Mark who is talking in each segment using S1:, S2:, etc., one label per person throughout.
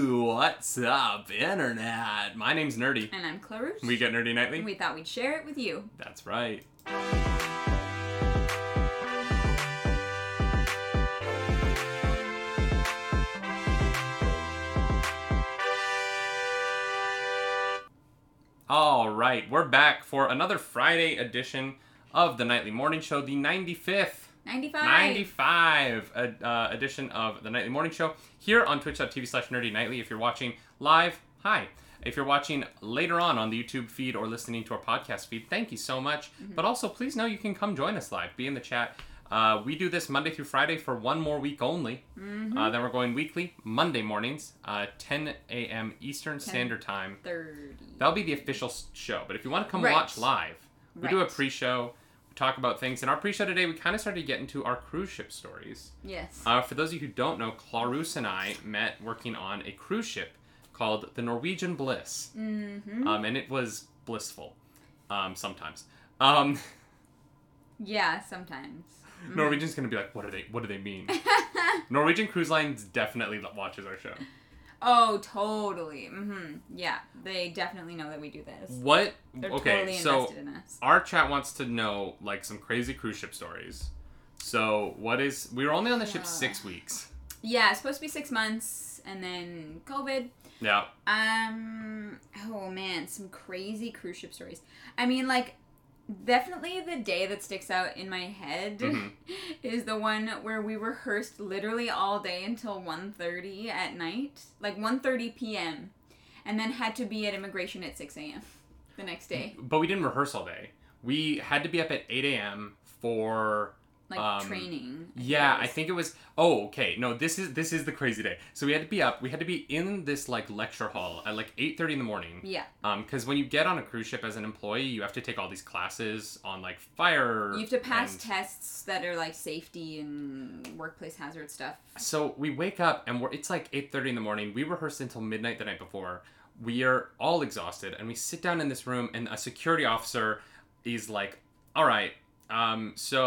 S1: What's up, internet? My name's Nerdy.
S2: And I'm Clarus.
S1: We get Nerdy Nightly.
S2: we thought we'd share it with you.
S1: That's right. All right, we're back for another Friday edition of the Nightly Morning Show, the 95th
S2: 95.
S1: 95 ed- uh, edition of the Nightly Morning Show here on twitch.tv slash nerdy nightly. If you're watching live, hi. If you're watching later on on the YouTube feed or listening to our podcast feed, thank you so much. But also, please know you can come join us live, be in the chat. Uh, we do this Monday through Friday for one more week only. Uh, then we're going weekly, Monday mornings, uh, 10 a.m. Eastern Standard Time.
S2: 30.
S1: That'll be the official s- show. But if you want to come
S2: Right.
S1: watch live, we do a
S2: Right.
S1: pre-show, we talk about things. In our pre-show today, we kind of started to get into our cruise ship stories.
S2: Yes.
S1: Uh, for those of you who don't know, Clarus and I met working on a cruise ship called the Norwegian Bliss,
S2: mm-hmm.
S1: um, and it was blissful um, sometimes. Um,
S2: Yeah, sometimes.
S1: Norwegian's gonna be like, what are they? What do they mean? Norwegian Cruise Lines definitely lo- watches our show.
S2: Oh, totally. Mm-hmm. Yeah, they definitely know that we do this.
S1: What?
S2: They're
S1: okay,
S2: totally
S1: so
S2: invested in us.
S1: our chat wants to know like some crazy cruise ship stories. So what is? We were only on the ship
S2: Yeah.
S1: six weeks.
S2: Yeah, it's supposed to be six months, and then COVID.
S1: Yeah.
S2: Um. Oh man, some crazy cruise ship stories. I mean, like, definitely the day that sticks out in my head
S1: Mhm.
S2: is the one where we rehearsed literally all day until 1.30 at night, like 1.30 p.m., and then had to be at immigration at 6 a.m. the next day,
S1: But we didn't rehearse all day. We had to be up at 8 a.m. for.
S2: like
S1: Um,
S2: training.
S1: Yeah, I
S2: guess.
S1: think it was. Oh, okay. No, this is this is the crazy day. So we had to be up. We had to be in this like lecture hall at like 8:30 in the morning.
S2: Yeah,
S1: Um, because when you get on a cruise ship as an employee, you have to take all these classes on like fire.
S2: you have to pass
S1: and-
S2: tests that are like safety and workplace hazard stuff.
S1: So we wake up and we're, it's like 8:30 in the morning. We rehearsed until midnight the night before. We are all exhausted and we sit down in this room and a security officer is like, "All right, um, so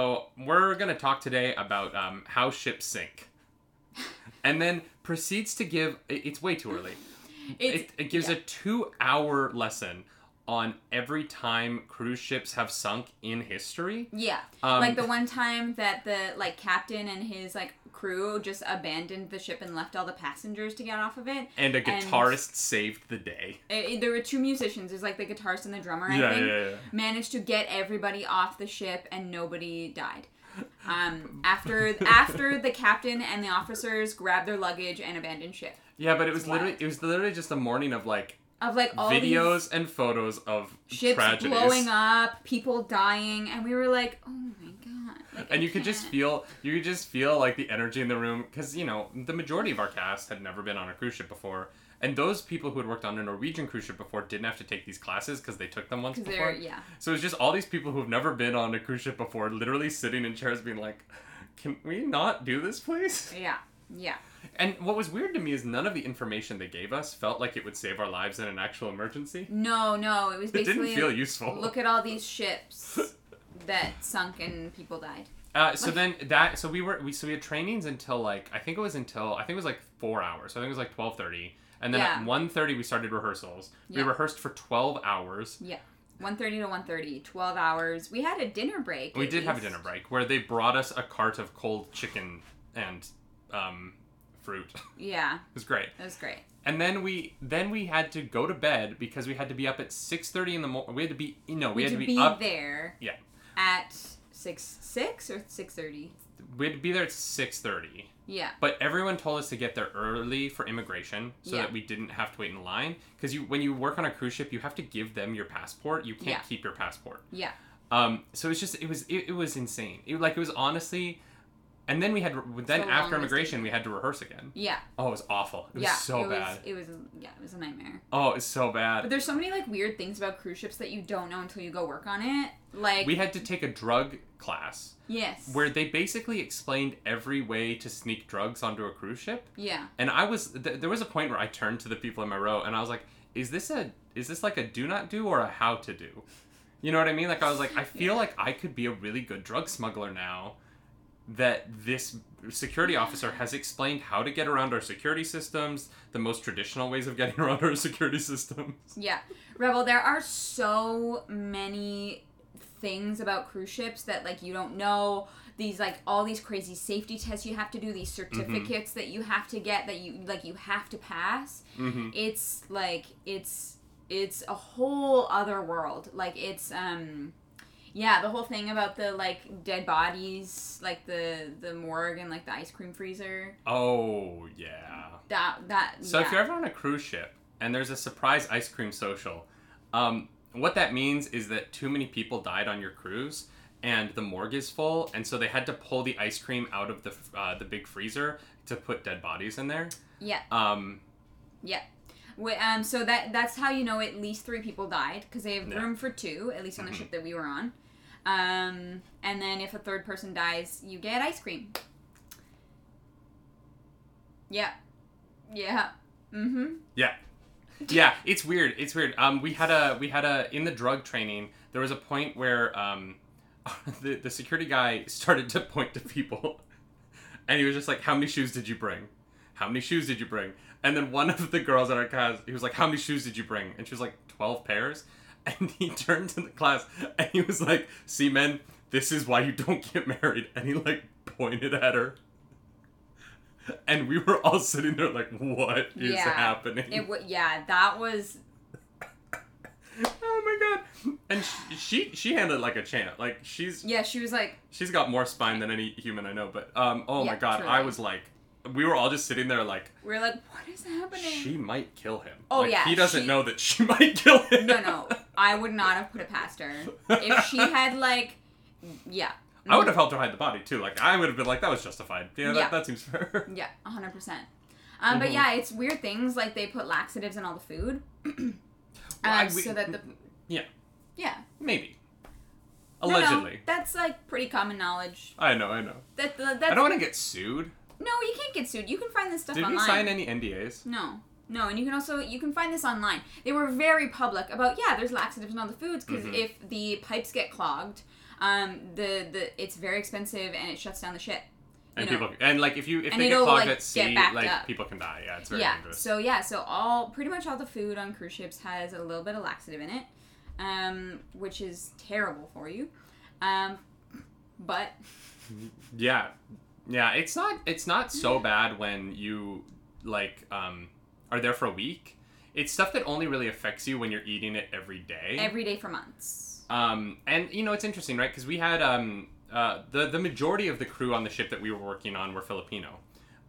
S1: we're gonna talk today about um, how ships sink," and then proceeds to give. it- It's way too early.
S2: It's,
S1: It, it gives
S2: yeah.
S1: a two-hour lesson on every time cruise ships have sunk in history.
S2: Yeah.
S1: Um,
S2: like the one time that the like captain and his like crew just abandoned the ship and left all the passengers to get off of it.
S1: and a
S2: and-
S1: guitarist saved the day.
S2: It- it- there were two musicians. There's like the guitarist and the drummer. I
S1: Yeah,
S2: think
S1: yeah, yeah.
S2: managed to get everybody off the ship and nobody died. Um, after after the captain and the officers grabbed their luggage and abandoned ship
S1: Yeah, but it was
S2: wild.
S1: literally it was literally just a morning of like
S2: of like all
S1: videos and photos of
S2: these ships
S1: tragedies.
S2: blowing up, people dying, and we were like, oh my god! Like, I
S1: And you could just
S2: can't.
S1: feel you could just feel like the energy in the room because you know the majority of our cast had never been on a cruise ship before, and those people who had worked on a Norwegian cruise ship before didn't have to take these classes because they took them once
S2: 'Cause
S1: before.
S2: they're yeah.
S1: So it's just all these people who've never been on a cruise ship before, literally sitting in chairs, being like, "Can we not do this, please?"
S2: Yeah. Yeah.
S1: And what was weird to me is none of the information they gave us felt like it would save our lives in an actual emergency.
S2: No, no, it was
S1: It didn't
S2: basically
S1: feel useful.
S2: look at all these ships that sunk and people died.
S1: Uh, so
S2: Like-
S1: then that so we were we so we had trainings until like I think it was until I think it was like four hours. So I think it was like twelve thirty, and then
S2: Yeah.
S1: at one thirty we started rehearsals. We
S2: Yeah.
S1: rehearsed for twelve hours.
S2: Yeah. 130 to 130, 12 hours. We had a dinner break.
S1: We
S2: at
S1: did have a
S2: least.
S1: dinner break where they brought us a cart of cold chicken and um, fruit. it
S2: Yeah,
S1: was great.
S2: that was great.
S1: And then we then we had to go to bed because we had to be up at six thirty in the morning. We had to be no we,
S2: We,
S1: had
S2: had
S1: to be,
S2: be
S1: up.
S2: there
S1: Yeah.
S2: at 6 6 or 6:30.
S1: We had to be there at six thirty.
S2: Yeah.
S1: But everyone told us to get there early for immigration so
S2: Yeah.
S1: that we didn't have to wait in line. Because you, when you work on a cruise ship, you have to give them your passport. You can't
S2: Yeah.
S1: keep your passport.
S2: Yeah.
S1: Um, so it's just it was it, it was insane. It, like it was honestly, and then we had then
S2: the longest
S1: after immigration we had to rehearse again.
S2: Yeah.
S1: Oh, it was awful. It was
S2: yeah.
S1: so
S2: it
S1: bad.
S2: Was, it was yeah, it was a nightmare.
S1: oh, it's so
S2: But
S1: bad.
S2: there's so many like weird things about cruise ships that you don't know until you go work on it. Like
S1: We had to take a drug class
S2: yes.
S1: where they basically explained every way to sneak drugs onto a cruise ship.
S2: yeah.
S1: And I was th- there was a point where I turned to the people in my row and I was like, "Is this a is this like a do not do or a how to do?" You know what I mean? Like I was like, I feel like I could be a really good drug smuggler now. that this security officer has explained how to get around our security systems, the most traditional ways of getting around our security systems.
S2: Yeah. Rebel, there are so many things about cruise ships that like you don't know these like all these crazy safety tests you have to do these
S1: Mm-hmm.
S2: certificates that you have to get that you like you have to pass
S1: Mm-hmm.
S2: it's like it's it's a whole other world like it's um yeah the whole thing about the like dead bodies like the the morgue and like the ice cream freezer
S1: Oh, yeah.
S2: that that
S1: So
S2: yeah.
S1: if you're ever on a cruise ship and there's a surprise ice cream social, um, what that means is that too many people died on your cruise and the morgue is full, and so they had to pull the ice cream out of the uh, the big freezer to put dead bodies in there.
S2: yeah
S1: Um,
S2: Yeah. Wh- Um, so that that's how you know at least three people died because they have
S1: Yeah.
S2: room for two, at least on the
S1: Mhm.
S2: ship that we were on. Um, and then if a third person dies, you get ice cream. Yeah. Yeah. Mm-hmm.
S1: Yeah. Yeah, it's weird. It's weird. Um, we had a we had a in the drug training. There was a point where um, the the security guy started to point to people, and he was just like, "How many shoes did you bring? How many shoes did you bring?" And then one of the girls in our class, he was like, "How many shoes did you bring?" And she was like, 12 pairs." And he turned to the class and he was like, "See, men, this is why you don't get married." And he like pointed at her, and we were all sitting there like, "What is
S2: Yeah.
S1: happening?"
S2: It w- yeah, that was
S1: Oh my god! And she, she she handled like a champ. Like she's
S2: yeah, she was like
S1: she's got more spine than any human I know. But um, oh my
S2: Yeah,
S1: god,
S2: truly.
S1: I was like, we were all just sitting there like,
S2: we are like, what is happening?
S1: she might kill him.
S2: Oh,
S1: Like,
S2: yeah,
S1: he doesn't
S2: she-
S1: know that she might kill him.
S2: No no. I would not have put it past her. If she had like yeah.
S1: I would have helped her hide the body too. Like I would have been like, that was justified. Yeah, that,
S2: Mm. Yeah.
S1: that seems fair.
S2: Yeah, hundred percent. Um, but
S1: Mhm.
S2: yeah, it's weird things like they put laxatives in all the food,
S1: Why
S2: um,
S1: we-
S2: so that the
S1: yeah
S2: yeah
S1: maybe
S2: No, no,
S1: allegedly.
S2: that's like pretty common knowledge.
S1: I know, I know.
S2: That that-
S1: I
S2: that's
S1: don't want to get sued.
S2: no, you can't get sued. You can find this stuff
S1: Did we
S2: online.
S1: sign any NDAs?
S2: No, no, and you can also you can find this online. They were very public about yeah, there's laxatives in all the foods because
S1: Mhm.
S2: if the pipes get clogged, um, the the it's very expensive and it shuts down the ship.
S1: And
S2: you know.
S1: people, and like if you if
S2: And
S1: they get
S2: it'll,
S1: clogged
S2: like,
S1: at
S2: get
S1: sea,
S2: backed
S1: like
S2: up.
S1: people can die. Yeah, it's very
S2: yeah.
S1: dangerous.
S2: So yeah, so all pretty much all the food on cruise ships has a little bit of laxative in it, um, which is terrible for you. Um, but
S1: Yeah. Yeah, it's not it's not so bad when you like um are there for a week. It's stuff that only really affects you when you're eating it every day.
S2: every day for months.
S1: um and you know it's interesting, right? Cuz we had um uh the the majority of the crew on the ship that we were working on were Filipino.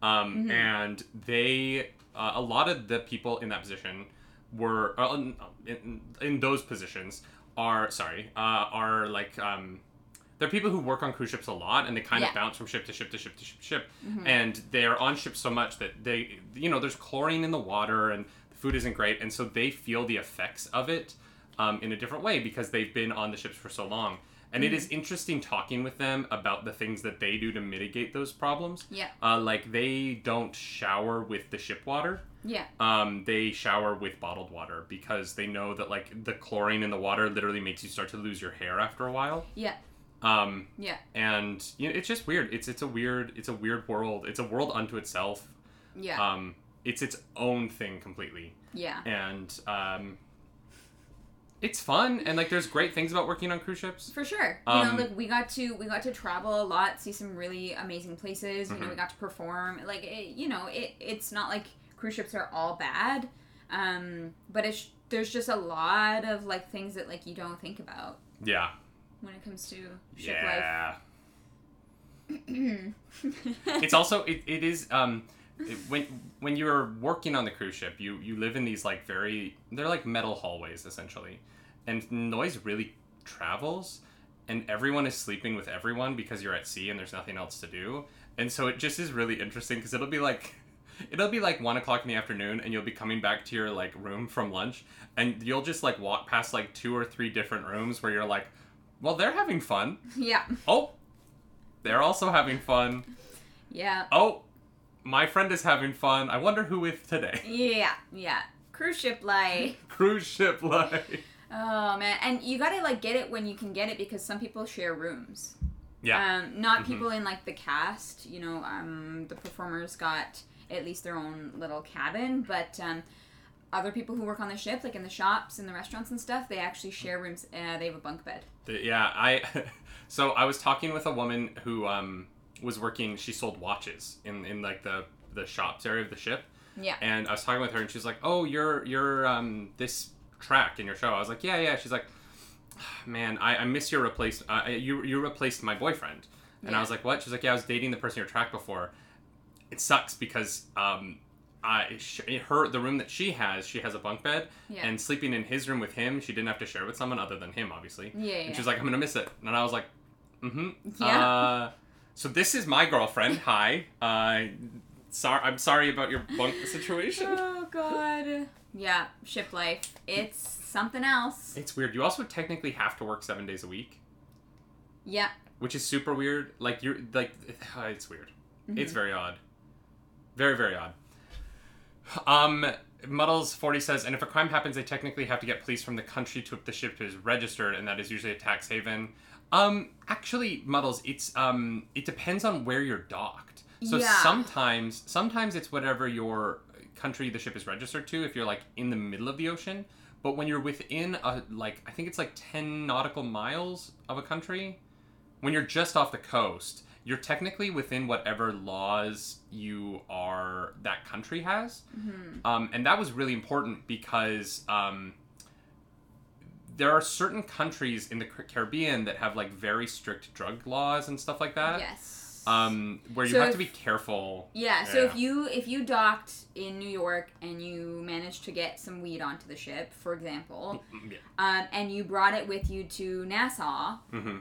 S1: Um
S2: Mhm.
S1: and they uh, a lot of the people in that position were uh, in, in, in those positions are sorry, uh are like um they're people who work on cruise ships a lot and they kind
S2: Yeah.
S1: of bounce from ship to ship to ship to ship to ship
S2: Mhm.
S1: and they're on ships so much that they you know there's chlorine in the water and the food isn't great and so they feel the effects of it um, in a different way because they've been on the ships for so long and it is interesting talking with them about the things that they do to mitigate those problems
S2: Yeah,
S1: uh, like they don't shower with the ship water
S2: yeah,
S1: um, they shower with bottled water because they know that like the chlorine in the water literally makes you start to lose your hair after a while
S2: yeah,
S1: um,
S2: yeah,
S1: and you know, it's just weird. It's it's a weird it's a weird world. It's a world unto itself.
S2: yeah,
S1: Um, it's its own thing completely,
S2: yeah.
S1: and um, it's fun. And like, there's great things about working on cruise ships.
S2: For sure. You
S1: Um,
S2: know, like we got to we got to travel a lot, see some really amazing places. You know,
S1: Mhm.
S2: we got to perform. Like it, you know, it it's not like cruise ships are all bad, um, but it's there's just a lot of like things that like you don't think about
S1: Yeah,
S2: when it comes to ship
S1: yeah.
S2: life.
S1: it's also it, it is um, it- when when you're working on the cruise ship, you you live in these like very they're like metal hallways essentially, and noise really travels. And everyone is sleeping with everyone because you're at sea and there's nothing else to do. And so it just is really interesting because it'll be like, it'll be like one o'clock in the afternoon, and you'll be coming back to your like room from lunch, and you'll just like walk past like two or three different rooms where you're like, well, they're having fun.
S2: yeah,
S1: Oh, they're also having fun.
S2: yeah,
S1: Oh, my friend is having fun. I wonder who with today.
S2: yeah, yeah. Cruise ship life.
S1: Cruise ship life.
S2: Oh man, and you gotta like get it when you can get it because some people share rooms.
S1: Yeah. Mm-hmm.
S2: Um, not people in like the cast. You know, um, the performers got at least their own little cabin, but um, other people who work on the ship, like in the shops and the restaurants and stuff, they actually share rooms. Uh, they have a bunk bed.
S1: The- yeah, I. so I was talking with a woman who um, was working. She sold watches in in like the the shops area of the ship,
S2: Yeah.
S1: and I was talking with her, and she's like, "Oh, you're you're um, this track in your show." I was like, "Yeah, yeah." She's like, "Ah, "Man, I, I miss your replace. Uh, you you replaced my boyfriend." And I
S2: Yeah.
S1: was like, "What?" She's like, "Yeah, I was dating the person you tracked before. It sucks because um, I sh- her the room that she has, she has a bunk bed,
S2: Yeah.
S1: and sleeping in his room with him, she didn't have to share with someone other than him, obviously."
S2: Yeah.
S1: And
S2: yeah.
S1: she was like, I'm gonna miss it. And I was like, mm-hmm.
S2: Yeah.
S1: Uh, so this is my girlfriend. Hi. Uh, sorry, I'm sorry about your bunk situation.
S2: Oh God. Yeah, ship life. It's something else.
S1: It's weird. You also technically have to work seven days a week,
S2: Yeah.
S1: which is super weird. Like you're like, it's weird. It's
S2: Mhm.
S1: very odd. Very very odd. Um, Muddles forty says, and if a crime happens, they technically have to get police from the country to which the ship is registered, and that is usually a tax haven. Um, actually, Muddles, it's um, it depends on where you're docked. So
S2: Yeah.
S1: sometimes, sometimes it's whatever your country the ship is registered to. If you're like in the middle of the ocean, but when you're within a like, I think it's like ten nautical miles of a country, when you're just off the coast, you're technically within whatever laws you are that country has.
S2: Mm-hmm.
S1: Um, and that was really important because um, there are certain countries in the Car- Caribbean that have like very strict drug laws and stuff like that.
S2: yes.
S1: Uh, Um, where you
S2: So
S1: have to
S2: if-
S1: be careful.
S2: Yeah, so if
S1: Yeah.
S2: you if you docked in New York and you managed to get some weed onto the ship, for example,
S1: Mm, Yeah.
S2: um, and you brought it with you to Nassau,
S1: hmm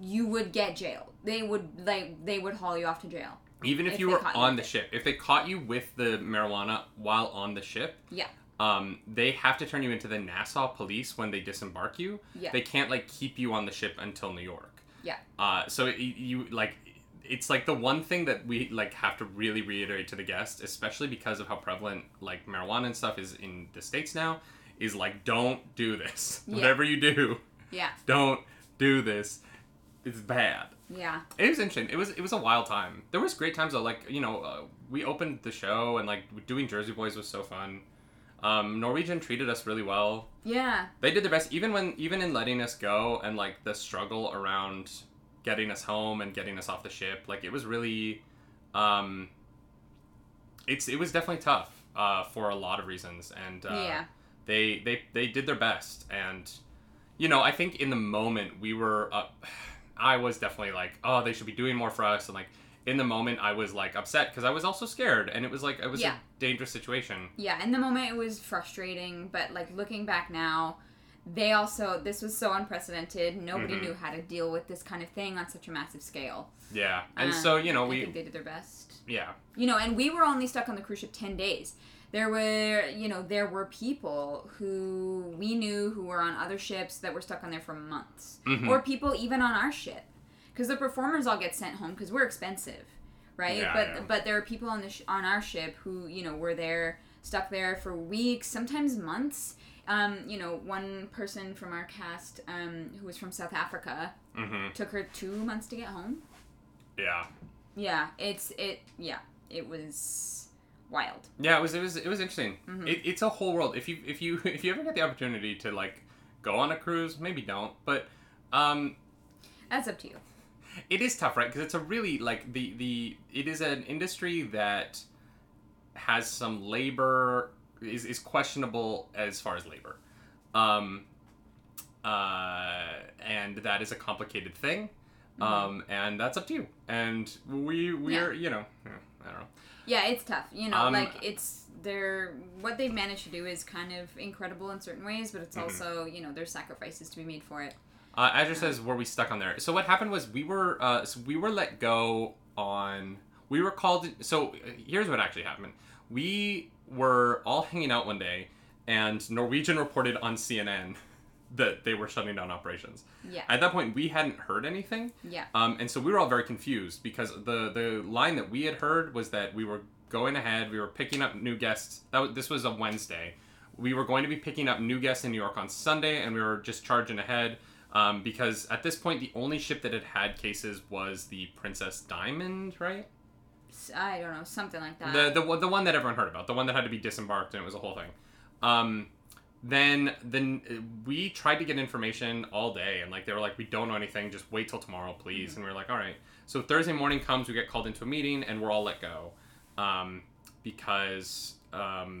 S2: you would get jailed. They would like they would haul you off to jail.
S1: Even if,
S2: If
S1: you
S2: they
S1: were
S2: caught you
S1: on
S2: with
S1: the
S2: it.
S1: ship, if they caught you with the marijuana while on the ship,
S2: Yeah,
S1: um, they have to turn you into the Nassau police when they disembark you.
S2: yeah,
S1: They can't like keep you on the ship until New York.
S2: yeah,
S1: Uh, so it, you like, it's like the one thing that we like have to really reiterate to the guests, especially because of how prevalent like marijuana and stuff is in the states now, is like don't do this.
S2: Yeah.
S1: Whatever you do,
S2: yeah,
S1: don't do this. It's bad.
S2: yeah,
S1: It was interesting. It was it was a wild time. There was great times though. Like you know, uh, we opened the show and like doing Jersey Boys was so fun. Um, Norwegian treated us really well
S2: yeah,
S1: they did their best even when even in letting us go and like the struggle around getting us home and getting us off the ship like it was really um it's it was definitely tough uh for a lot of reasons and uh
S2: yeah.
S1: they they they did their best and you know i think in the moment we were up i was definitely like oh they should be doing more for us and like in the moment i was like upset because i was also scared and it was like it was
S2: Yeah.
S1: a dangerous situation
S2: Yeah, in the moment it was frustrating, but like looking back now, they also this was so unprecedented. Nobody
S1: Mhm.
S2: knew how to deal with this kind of thing on such a massive scale.
S1: yeah and
S2: Uh,
S1: so you know
S2: I
S1: we
S2: think they did their best.
S1: yeah
S2: You know, and we were only stuck on the cruise ship 10 days. There were, you know, there were people who we knew who were on other ships that were stuck on there for months.
S1: Mhm.
S2: Or people even on our ship. Cuz the performers all get sent home cuz we're expensive, right?
S1: Yeah,
S2: but
S1: yeah.
S2: but there are people on the sh- on our ship who, you know, were there stuck there for weeks, sometimes months. Um, you know, one person from our cast um, who was from South Africa
S1: mm-hmm
S2: took her 2 months to get home.
S1: yeah
S2: Yeah, it's it. Yeah, it was wild.
S1: Yeah, it was it was it was interesting.
S2: Mhm.
S1: It, it's a whole world. If you if you if you ever get the opportunity to like go on a cruise, maybe don't, but um
S2: That's up to you.
S1: it is tough, right? Because it's a really like the the it is an industry that has some labor is is questionable as far as labor. Um uh and that is a complicated thing. Um and that's up to you. And we we're, you know, yeah, I don't know.
S2: Yeah, it's tough. You know,
S1: Um,
S2: like it's they're what they've managed to do is kind of incredible in certain ways, but it's
S1: Mm-hmm.
S2: also you know there's sacrifices to be made for it.
S1: Uh, Azure says, "Were we stuck on there?" So what happened was we were uh, so we were let go on. We were called. So uh, here's what actually happened. We were all hanging out one day, and Norwegian reported on CNN that they were shutting down operations.
S2: Yeah,
S1: At that point, we hadn't heard anything,
S2: yeah,
S1: um, and so we were all very confused because the the line that we had heard was that we were going ahead, we were picking up new guests. That was, this was a Wednesday. We were going to be picking up new guests in New York on Sunday, and we were just charging ahead. um, because at this point the only ship that had had cases was the Princess Diamond, right?
S2: S- I don't know, something like that.
S1: the the one- the one that everyone heard about, the one that had to be disembarked, and it was a whole thing. Um, then then uh, we tried to get information all day, and like they were like, we don't know anything. Just wait till tomorrow, please.
S2: Mm-hmm.
S1: And we were like, all right. So Thursday morning comes, we get called into a meeting, and we're all let go um, because um,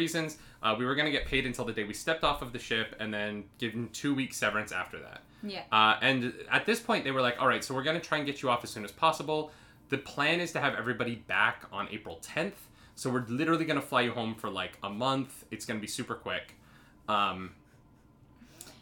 S1: reasons. Uh, we were gonna get paid until the day we stepped off of the ship, and then given two weeks severance after that.
S2: yeah.
S1: Uh, and at this point, they were like, all right, so we're going to try and get you off as soon as possible. The plan is to have everybody back on April 10th. So we're literally going to fly you home for like a month. It's going to be super quick. Um,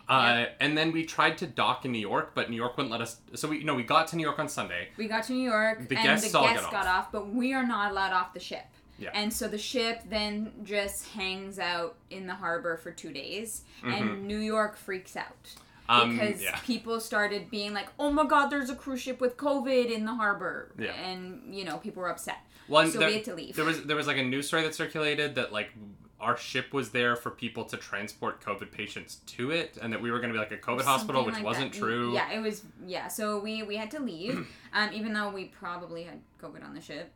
S1: uh, And then we tried to dock in New York, but New York wouldn't let us. So we, you know, we got to New York on Sunday.
S2: We got to New York,
S1: The
S2: and
S1: guests
S2: the
S1: all
S2: guests
S1: got
S2: got off, but we are not allowed off the ship.
S1: Yeah.
S2: And so the ship then just hangs out in the harbor for two days, and New York freaks out
S1: Mm-hmm. Um,
S2: because
S1: yeah.
S2: people started being like, "Oh my God, there's a cruise ship with COVID in the harbor,"
S1: Yeah.
S2: and you know people were upset.
S1: Well, and
S2: so
S1: there-
S2: we had to leave.
S1: There was there was like a news story that circulated that like our ship was there for people to transport COVID patients to it, and that we were going to be like a COVID hospital,
S2: Something
S1: which
S2: like
S1: wasn't
S2: that.
S1: true.
S2: Yeah, it was. Yeah, so we we had to leave, um, even though we probably had COVID on the ship,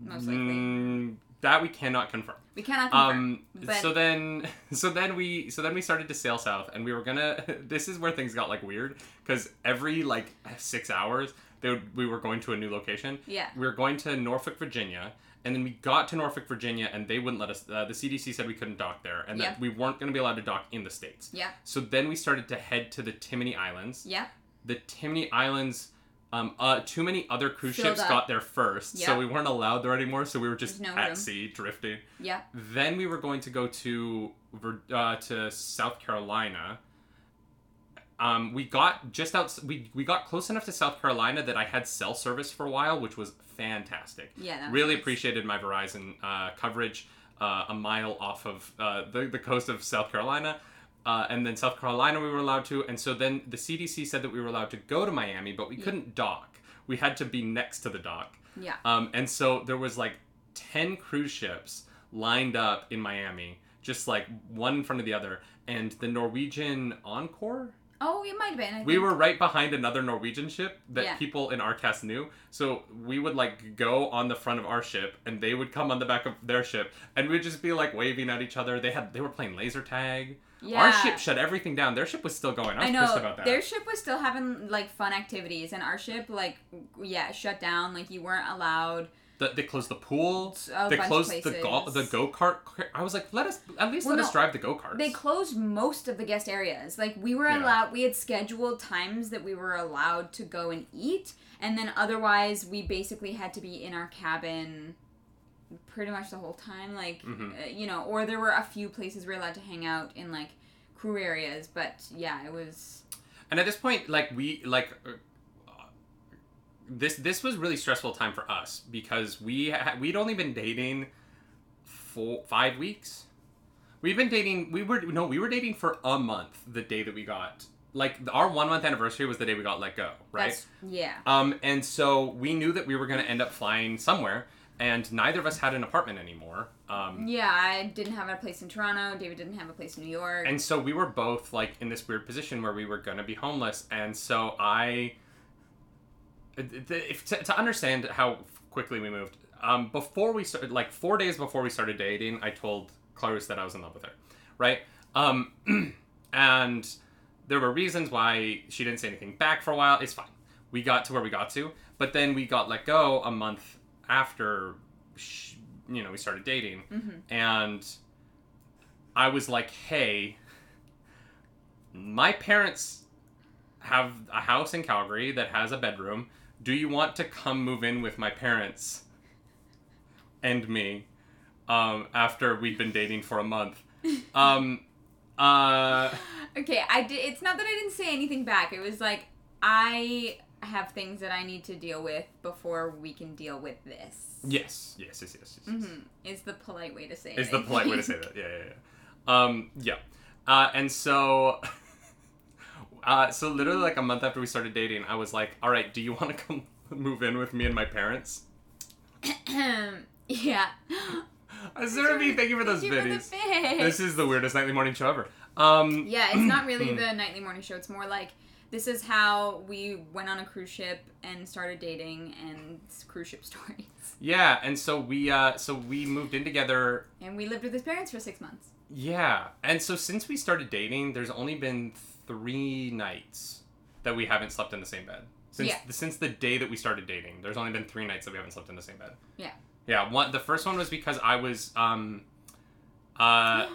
S2: most likely.
S1: Mm, that we cannot confirm.
S2: We cannot confirm.
S1: Um,
S2: but-
S1: so then, so then we, so then we started to sail south, and we were gonna. This is where things got like weird because every like six hours, they would, we were going to a new location.
S2: Yeah.
S1: We were going to Norfolk, Virginia, and then we got to Norfolk, Virginia, and they wouldn't let us. Uh, the CDC said we couldn't dock there, and
S2: Yeah.
S1: that we weren't gonna be allowed to dock in the states.
S2: yeah.
S1: So then we started to head to the Timony Islands.
S2: Yeah.
S1: The Timony Islands. Um, uh, too many other cruise
S2: Filled
S1: ships
S2: up.
S1: got there first, so
S2: Yeah.
S1: we weren't allowed there anymore. So we were just
S2: There's no
S1: at
S2: room.
S1: sea drifting
S2: Yeah.
S1: then we were going to go to Vir- uh, to South Carolina. Um, we got just out. We, we got close enough to South Carolina that I had cell service for a while, which was fantastic.
S2: Yeah, that was
S1: really
S2: nice.
S1: appreciated my Verizon uh, coverage. Uh, a mile off of uh, the the coast of South Carolina, uh, and then South Carolina we were allowed to, and so then the CDC said that we were allowed to go to Miami, but we couldn't dock. We had to be next to the dock.
S2: Yeah.
S1: Um, and so there was like 10 cruise ships lined up in Miami, just like one in front of the other. And the Norwegian Encore,
S2: Oh, it might have been. I
S1: we
S2: think.
S1: were right behind another Norwegian ship that
S2: Yeah.
S1: people in our cast knew. So we would like go on the front of our ship and they would come on the back of their ship and we'd just be like waving at each other. They had they were playing laser tag. Our
S2: Yeah.
S1: ship shut everything down. Their ship was still going. I was
S2: I know
S1: pissed about that.
S2: their ship was still having like fun activities, and our ship like yeah shut down. Like you weren't allowed.
S1: The, they closed the pool.
S2: A
S1: they
S2: bunch of
S1: closed the golf, the
S2: places.
S1: go kart. I was like, let us at least
S2: Well,
S1: let
S2: no,
S1: us drive the go karts.
S2: They closed most of the guest areas. Like we were
S1: Yeah.
S2: allowed, we had scheduled times that we were allowed to go and eat, and then otherwise we basically had to be in our cabin pretty much the whole time. Like
S1: Mhm.
S2: uh, you know, or there were a few places we were allowed to hang out in like crew areas, but yeah, it was
S1: and at this point, like we like uh, this this was really stressful time for us because we ha- we'd only been dating four five weeks. We've been dating. We were no, we were dating for a month. The day that we got like our one month anniversary was the day we got let go. Right.
S2: that's- yeah.
S1: Um, and so we knew that we were going to end up flying somewhere, and neither of us had an apartment anymore. Um,
S2: Yeah, I didn't have a place in Toronto. David didn't have a place in New York.
S1: And so we were both like in this weird position where we were gonna be homeless. And so I, if to, to understand how quickly we moved, um, before we started, like four days before we started dating, I told Clarus that I was in love with her, right? Um, and there were reasons why she didn't say anything back for a while. It's fine. We got to where we got to, but then we got let go a month after, sh you know, we started dating, and I was like, hey, my parents have a house in Calgary that has a bedroom. Do you want to come move in with my parents and me um, after we've been dating for a month? Um, uh,
S2: okay, I did. It's not that I didn't say anything back. It was like I have things that I need to deal with before we can deal with this.
S1: yes, yes, yes, yes, yes. yes.
S2: Mhm, Is the polite way to say it.
S1: Is the polite way to say that. Yeah, yeah, yeah. Um, yeah. Uh, and so, uh, so literally like a month after we started dating, I was like, all right, do you want to come move in with me and my parents?
S2: that. yeah.
S1: Azurbi, thank you for those
S2: Thank you for the
S1: biddies.
S2: bits.
S1: This is the weirdest nightly morning show ever. Um,
S2: Yeah, it's not really the nightly morning show. It's more like this is how we went on a cruise ship and started dating and it's cruise ship stories.
S1: yeah, and so we uh, so we moved in together.
S2: And we lived with his parents for six months.
S1: Yeah, and so since we started dating, there's only been three nights that we haven't slept in the same bed. Since
S2: Yeah.
S1: the, since the day that we started dating, there's only been three nights that we haven't slept in the same bed.
S2: Yeah.
S1: Yeah, one the first one was because I was um uh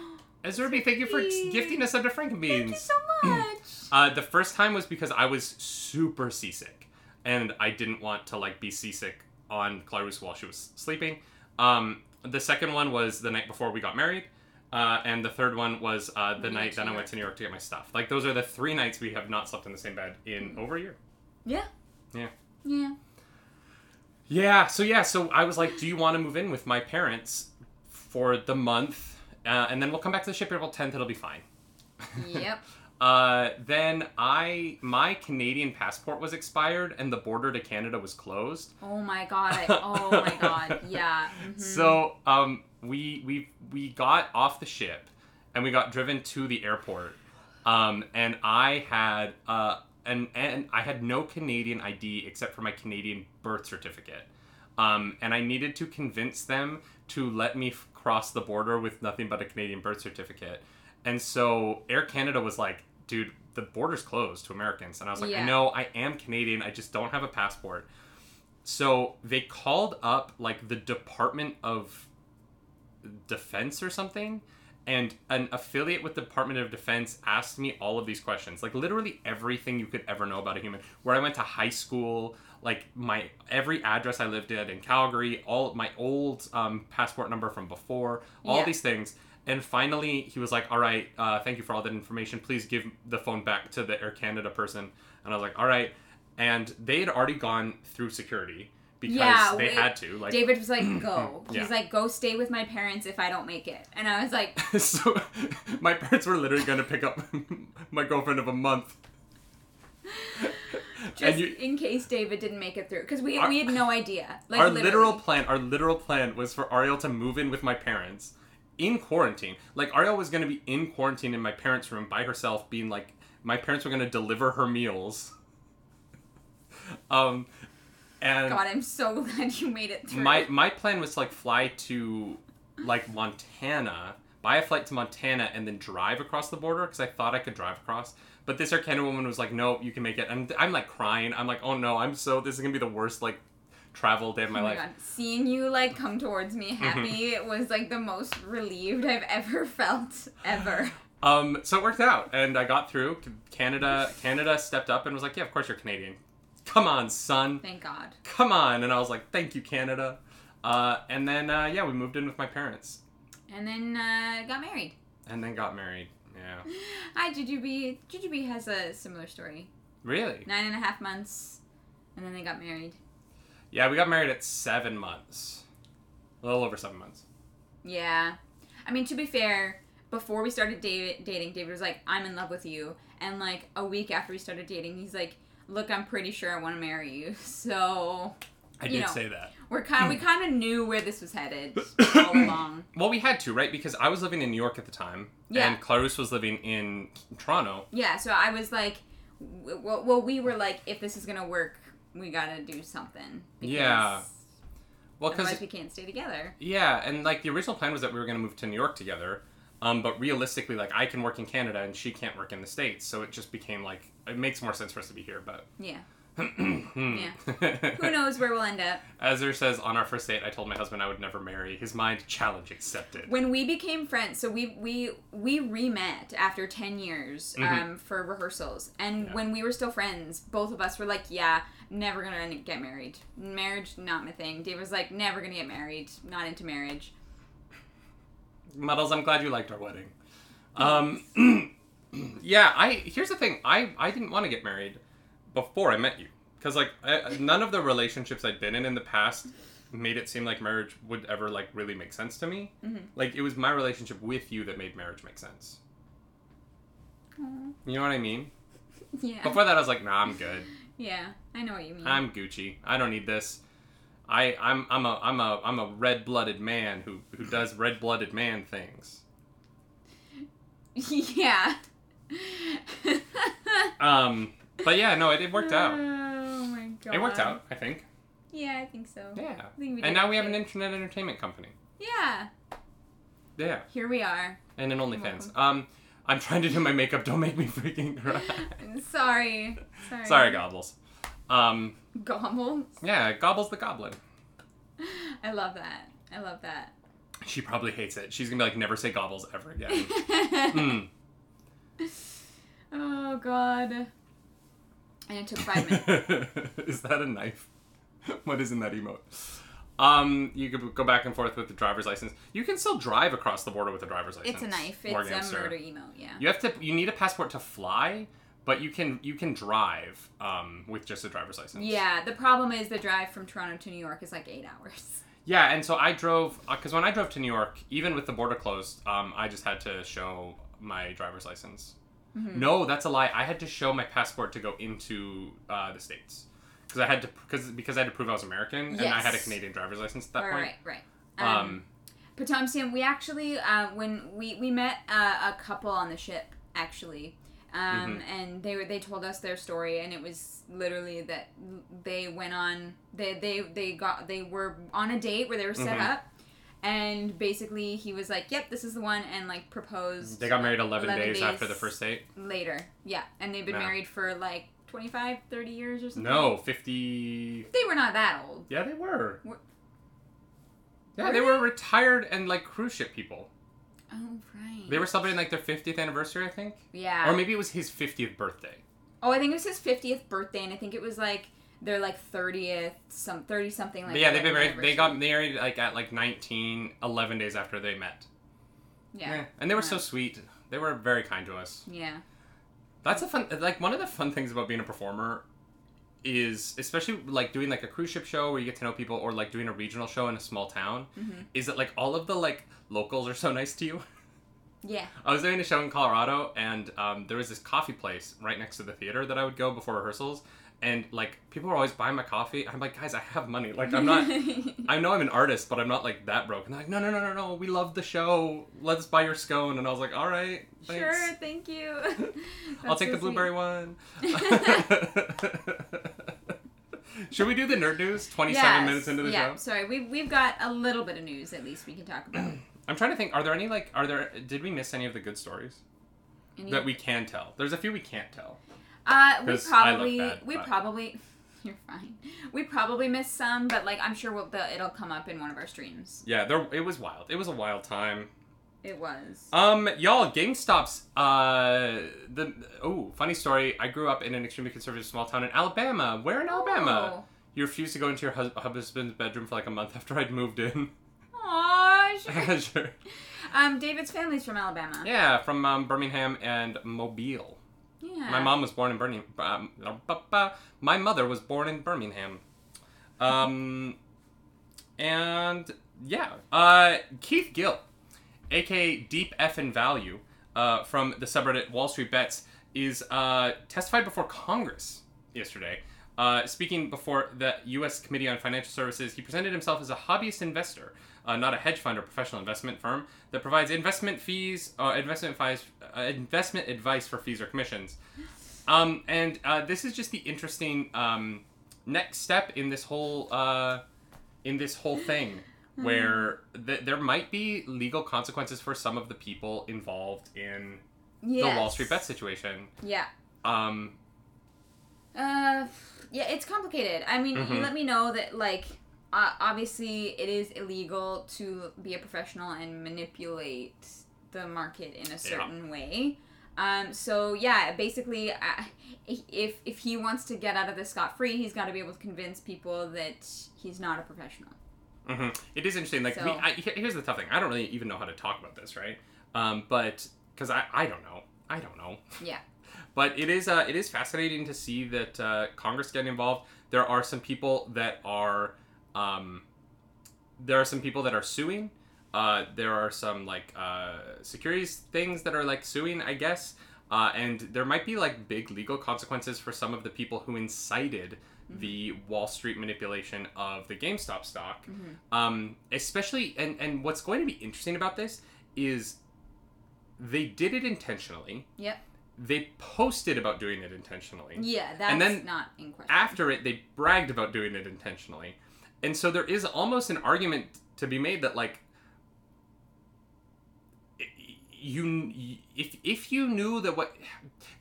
S1: Azurby, thank you for
S2: Frankie.
S1: gifting us up to
S2: Thank you
S1: Frankenbeans.
S2: so much.
S1: Uh, the first time was because I was super seasick, and I didn't want to like be seasick on Clarus while she was sleeping. Um, the second one was the night before we got married, uh, and the third one was uh, the
S2: When you went
S1: night
S2: to
S1: that
S2: New
S1: I went
S2: York.
S1: to New York to get my stuff. Like those are the three nights we have not slept in the same bed in
S2: Mm.
S1: over a year.
S2: yeah.
S1: Yeah.
S2: Yeah.
S1: Yeah. So yeah. So I was like, "Do you want to move in with my parents for the month, uh, and then we'll come back to the ship April 10th? It'll be fine."
S2: Yep.
S1: Uh, then I my Canadian passport was expired and the border to Canada was closed.
S2: Oh my god. I, oh my god. Yeah. mhm.
S1: So um, we we we got off the ship and we got driven to the airport. Um, and I had uh, and and I had no Canadian ID except for my Canadian birth certificate. Um, and I needed to convince them to let me f- cross the border with nothing but a Canadian birth certificate. And so Air Canada was like, dude, the border's closed to Americans. And I was like, I
S2: Yeah.
S1: know, I am Canadian. I just don't have a passport. So they called up like the Department of Defense or something. And an affiliate with the Department of Defense asked me all of these questions, like literally everything you could ever know about a human. Where I went to high school, like my every address I lived at in Calgary, all my old um, passport number from before, all
S2: Yeah.
S1: these things. And finally, he was like, "All right, uh, thank you for all that information. Please give the phone back to the Air Canada person." And I was like, "All right." And they had already gone through security because
S2: Yeah,
S1: they
S2: we-
S1: had to. Like,
S2: David was like, go.
S1: Yeah.
S2: He's like, go stay with my parents if I don't make it. And I was like,
S1: so my parents were literally going to pick up my girlfriend of a month.
S2: just
S1: you-
S2: in case David didn't make it through. Because we,
S1: Our-
S2: we had no idea. Like,
S1: our literal
S2: literally.
S1: plan, our literal plan was for Ariel to move in with my parents in quarantine. Like Ariel was going to be in quarantine in my parents' room by herself, being like, my parents were going to deliver her meals. um, and
S2: oh God, I'm so glad you made it through.
S1: my my plan was to like fly to like Montana, buy a flight to Montana, and then drive across the border because I thought I could drive across. But this Arcana woman was like, "No, you can make it." And I'm like crying. I'm like, "Oh no, I'm so this is gonna be the worst like travel day of my
S2: Oh my
S1: life." Mm-hmm.
S2: god. Seeing you like come towards me happy was like the most relieved I've ever felt ever.
S1: Um, so it worked out, and I got through. Canada Canada stepped up and was like, "Yeah, of course you're Canadian. Come on, son.
S2: Thank God.
S1: Come on." And I was like, "Thank you, Canada." Uh, and then uh, yeah, we moved in with my parents,
S2: And then uh, got married.
S1: and then got married. Yeah,
S2: Hi, Jujubee. Jujubee has a similar story.
S1: really.
S2: Nine and a half months, and then they got married.
S1: Yeah, we got married at seven months. A little over seven months.
S2: Yeah. I mean, to be fair, before we started da- dating, David was like, I'm in love with you. And like a week after we started dating, he's like, Look, I'm pretty sure I want to marry you. So
S1: I
S2: You did know. say
S1: that.
S2: we're kind we kind of knew where this was headed all along.
S1: Well, we had to, right? Because I was living in New York at the time.
S2: Yeah.
S1: And Clarus was living in Toronto.
S2: Yeah, so I was like, w- well, well, we were like, if this is gonna work, we gotta do something. Because
S1: Yeah. Well, because,
S2: Otherwise, we can't stay together.
S1: yeah, and like the original plan was that we were going to move to New York together. Um, but realistically, like I can work in Canada and she can't work in the States. So it just became like, it makes more sense for us to be here, but.
S2: Yeah.
S1: hmm.
S2: Who knows where we'll end up?
S1: Ezra says, on our first date, I told my husband I would never marry. His mind challenge accepted.
S2: When we became friends, so we we we re-met after ten years um, for rehearsals, and
S1: Mm-hmm. Yeah.
S2: when we were still friends, both of us were like, yeah, never gonna get married. Marriage not my thing. David was like, never gonna get married. Not into marriage.
S1: Muddles, I'm glad you liked our wedding. Um, yeah, I here's the thing. I I didn't want to get married before I met you because like I, none of the relationships I'd been in in the past made it seem like marriage would ever like really make sense to me. Like it was my relationship with you that made marriage make sense.
S2: Aw.
S1: You know what I mean?
S2: Yeah.
S1: Before that, I was like, nah, I'm good.
S2: yeah, I know what you mean.
S1: I'm Gucci. I don't need this. I I'm I'm a I'm a I'm a red blooded man who who does red blooded man things.
S2: yeah.
S1: Um, but yeah, no, it, it worked out.
S2: Oh my god.
S1: It worked out, I think.
S2: Yeah, I think so.
S1: Yeah.
S2: I think we did
S1: And now we have an
S2: okay.
S1: internet entertainment company.
S2: Yeah.
S1: Yeah,
S2: Here we are.
S1: and an OnlyFans.
S2: welcome.
S1: Um, I'm trying to do my makeup. Don't make me freaking cry.
S2: Sorry. Sorry.
S1: Sorry, Gobbles. Um,
S2: Gobbles.
S1: yeah, Gobbles the Goblin.
S2: I love that. I love that.
S1: She probably hates it. She's gonna be like, never say Gobbles ever again. Mm.
S2: Oh god. And it took five minutes.
S1: is that a knife? What is in that emote? Um, you could go back and forth with the driver's license. You can still drive across the border with a driver's license.
S2: It's a knife. It's um,
S1: War
S2: a
S1: Gamester.
S2: murder emote. Yeah.
S1: You have to. You need a passport to fly, but you can you can drive um, with just a driver's license.
S2: Yeah. The problem is the drive from Toronto to New York is like eight hours.
S1: Yeah, and so I drove because when I drove to New York, even with the border closed, um, I just had to show my driver's license.
S2: Mm-hmm.
S1: No, that's a lie. I had to show my passport to go into uh, the states because I had to because because I had to prove I was American and I had a
S2: Yes.
S1: Canadian driver's license at that
S2: All
S1: point.
S2: right. Right.
S1: Um,
S2: Potomsian, we actually uh, when we we met uh, a couple on the ship actually, um,
S1: Mm-hmm.
S2: and they were they told us their story, and it was literally that they went on they they they got they were on a date where they were set
S1: Mhm.
S2: up, and basically he was like, "Yep, this is the one," and like proposed.
S1: they got married 11,
S2: 11
S1: days, after
S2: Um, days.
S1: the first date.
S2: later, yeah, and they've been
S1: Yeah.
S2: married for like 25, 30 years or something.
S1: No, 50.
S2: they were not that old.
S1: Yeah, they were.
S2: Were-
S1: Yeah,
S2: Were
S1: they
S2: they?
S1: were retired and like cruise ship people.
S2: Oh right.
S1: They were celebrating like their 50th anniversary, I think.
S2: yeah.
S1: Or maybe it was his 50th birthday.
S2: Oh, I think it was his fiftieth birthday, and I think it was like their like thirtieth, some thirty something. Like
S1: But yeah,
S2: that
S1: they've been married. They
S2: anniversary.
S1: got married like at like 19, 11 days after they met.
S2: yeah, yeah.
S1: And they were so sweet. They were very kind to us. That's a fun like one of the fun things about being a performer is especially like doing like a cruise ship show where you get to know people or like doing a regional show in a small town
S2: Mhm.
S1: is that like all of the like locals are so nice to you.
S2: yeah.
S1: I was doing a show in Colorado, and um, there was this coffee place right next to the theater that I would go before rehearsals, and like people were always buying my coffee. and I'm like, guys, I have money. Like I'm not. I know I'm an artist, but I'm not like that broke. And they're like, no, no, no, no, no. We love the show. Let's buy your scone. And I was like, all right, thanks.
S2: sure, thank you.
S1: I'll
S2: That's
S1: take
S2: so
S1: the
S2: sweet.
S1: blueberry one. Should we do the nerd news? Twenty-seven
S2: Yes,
S1: minutes into the
S2: yeah,
S1: show,
S2: Sorry, we've we've got a little bit of news at least we can talk about.
S1: I'm trying to think. Are there any like? Are there? Did we miss any of the good stories
S2: Any-
S1: that we can tell? There's a few we can't tell.
S2: uh, we
S1: 'cause I look
S2: probably
S1: bad,
S2: we
S1: but-
S2: probably you're fine. We probably missed some, but like I'm sure we'll, the, it'll come up in one of our streams.
S1: Yeah, there it was wild. It was a wild time.
S2: It was.
S1: Um, y'all, GameStop's uh the oh, funny story. I grew up in an extremely conservative small town in Alabama. Where in
S2: Oh.
S1: Alabama? You refused to go into your hus- husband's bedroom for like a month after I'd moved in.
S2: Oh, Aw, sure.
S1: sure.
S2: um, David's family's from Alabama.
S1: Yeah, from um, Birmingham and Mobile.
S2: Yeah.
S1: My mom was born in Birmingham. Um, ba- ba- ba. my mother was born in Birmingham. Um, and yeah, uh, Keith Gill, aka Deep F in Value, uh, from the subreddit Wall Street Bets, is uh, testified before Congress yesterday. Uh, speaking before the U.S. Committee on Financial Services, he presented himself as a hobbyist investor, uh, not a hedge fund or professional investment firm that provides investment fees, uh, investment advice, uh, investment advice for fees or commissions. Um, and uh, this is just the interesting um, next step in this whole uh, in this whole thing, where th- there might be legal consequences for some of the people involved in the Wall
S2: Yes.
S1: Street bet situation.
S2: Yeah.
S1: Um,
S2: Uh, yeah, it's complicated. I mean,
S1: Mhm.
S2: you let me know that, like, uh, obviously it is illegal to be a professional and manipulate the market in a certain way. Um, so yeah, basically, uh, if if he wants to get out of this scot free, he's got to be able to convince people that he's not a professional.
S1: mhm. It is interesting. Like, we,
S2: So-
S1: I, here- here's the tough thing. I don't really even know how to talk about this, right? Um, but because I, I don't know. I don't know.
S2: Yeah.
S1: But it is uh, it is fascinating to see that uh, Congress getting involved. There are some people that are um, there are some people that are suing. Uh, there are some like uh, securities things that are like suing, I guess. Uh, and there might be like big legal consequences for some of the people who incited
S2: Mm-hmm.
S1: the Wall Street manipulation of the GameStop stock. Um, especially, and and what's going to be interesting about this is they did it intentionally.
S2: Yep.
S1: They posted about doing it intentionally.
S2: Yeah, that's
S1: then
S2: not in question.
S1: After it, they bragged about doing it intentionally. And so there is almost an argument to be made that like y- you if if you knew that what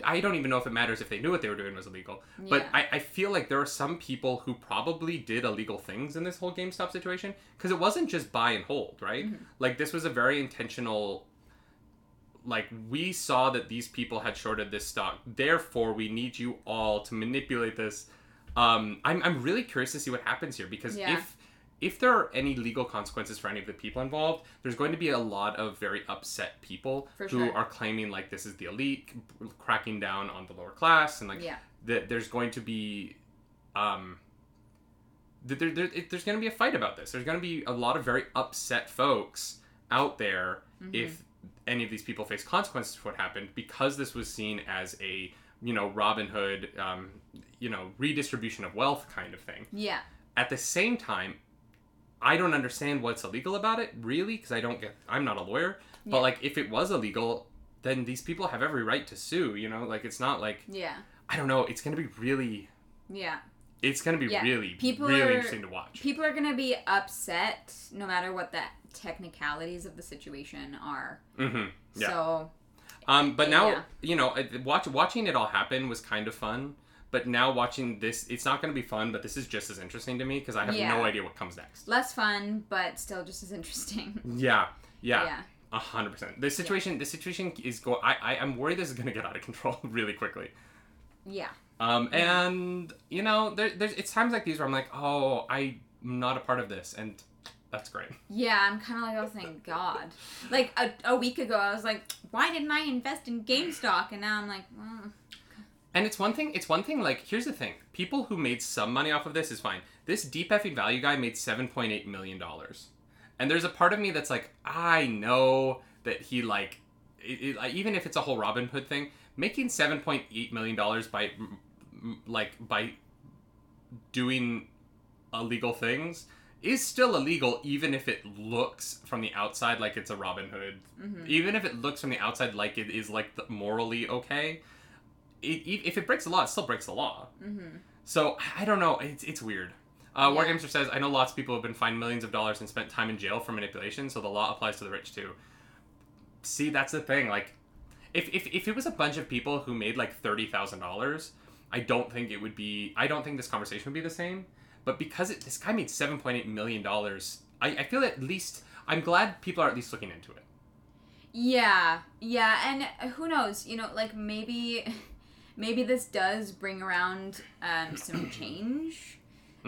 S1: I don't even know if it matters if they knew what they were doing was illegal, but
S2: Yeah.
S1: I, I feel like there are some people who probably did illegal things in this whole GameStop situation because it wasn't just buy and hold, right?
S2: Mm-hmm.
S1: Like this was a very intentional. Like we saw that these people had shorted this stock, therefore we need you all to manipulate this. Um, I'm I'm really curious to see what happens here because
S2: Yeah.
S1: if if there are any legal consequences for any of the people involved, there's going to be a lot of very upset people
S2: For
S1: who
S2: sure.
S1: are claiming like this is the elite c- cracking down on the lower class and like
S2: Yeah.
S1: that there's going to be um th- there, there, it, there's going to be a fight about this. There's going to be a lot of very upset folks out there
S2: Mm-hmm.
S1: if any of these people face consequences for what happened because this was seen as a you know Robin Hood um, you know redistribution of wealth kind of thing.
S2: Mm-hmm. yeah.
S1: At the same time, I don't understand what's illegal about it really because I don't get I'm not a lawyer, but
S2: Yeah.
S1: like if it was illegal, then these people have every right to sue. You know, like it's not like
S2: Yeah.
S1: I don't know. It's going to be really
S2: Yeah.
S1: it's going to be
S2: Yeah.
S1: really
S2: People
S1: really
S2: are-
S1: interesting to watch.
S2: People are going to be upset no matter what the technicalities of the situation are.
S1: hmm Yeah.
S2: So,
S1: Um, but now
S2: Yeah.
S1: you know, I- watch, watching it all happen was kind of fun. But now watching this, it's not going to be fun. But this is just as interesting to me because I have
S2: Yeah.
S1: no idea what comes next.
S2: less fun, but still just as interesting.
S1: Yeah, yeah,
S2: Yeah.
S1: a hundred percent. The situation, the situation is going. I, I, I'm worried this is going to get out of control really quickly.
S2: Yeah.
S1: Um,
S2: Mm-hmm.
S1: and you know, there, there's it's times like these where I'm like, oh, I'm not a part of this, and that's great.
S2: Yeah, I'm kind of like, oh, thank God. Like a, a week ago, I was like, why didn't I invest in GameStop? And now I'm like, well,
S1: And it's one thing. It's one thing. Like, here's the thing: people who made some money off of this is fine. This deep effing value guy made seven point eight million dollars, and there's a part of me that's like, I know that he like, it, it- even if it's a whole Robin Hood thing, making seven point eight million dollars by, m- m- like, by doing illegal things is still illegal even if it looks from the outside like it's a Robin Hood
S2: mhm.
S1: even if it looks from the outside like it is like the morally okay it, it, if it breaks the law it still breaks the law
S2: Mhm.
S1: so i don't know it's, it's weird uh,
S2: Yeah.
S1: wargamester says i know lots of people have been fined millions of dollars and spent time in jail for manipulation so the law applies to the rich too see that's the thing like if, if, if it was a bunch of people who made like $30000 i don't think it would be i don't think this conversation would be the same but because it, this guy made $7.8 million I, I feel at least i'm glad people are at least looking into it
S2: Yeah, yeah, and who knows? You know, like maybe, maybe this does bring around um, some change,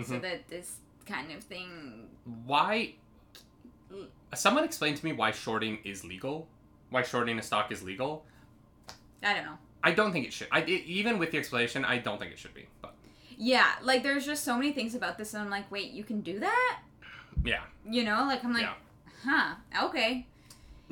S2: so
S1: Mhm.
S2: that this kind of thing.
S1: why someone explain to me why shorting is legal why shorting a stock is legal
S2: I don't know.
S1: i don't think it should i it- even with the explanation i don't think it should be but
S2: Yeah, like there's just so many things about this, and I'm like, wait, you can do that?
S1: yeah
S2: You know, like I'm like,
S1: Yeah.
S2: huh? Okay.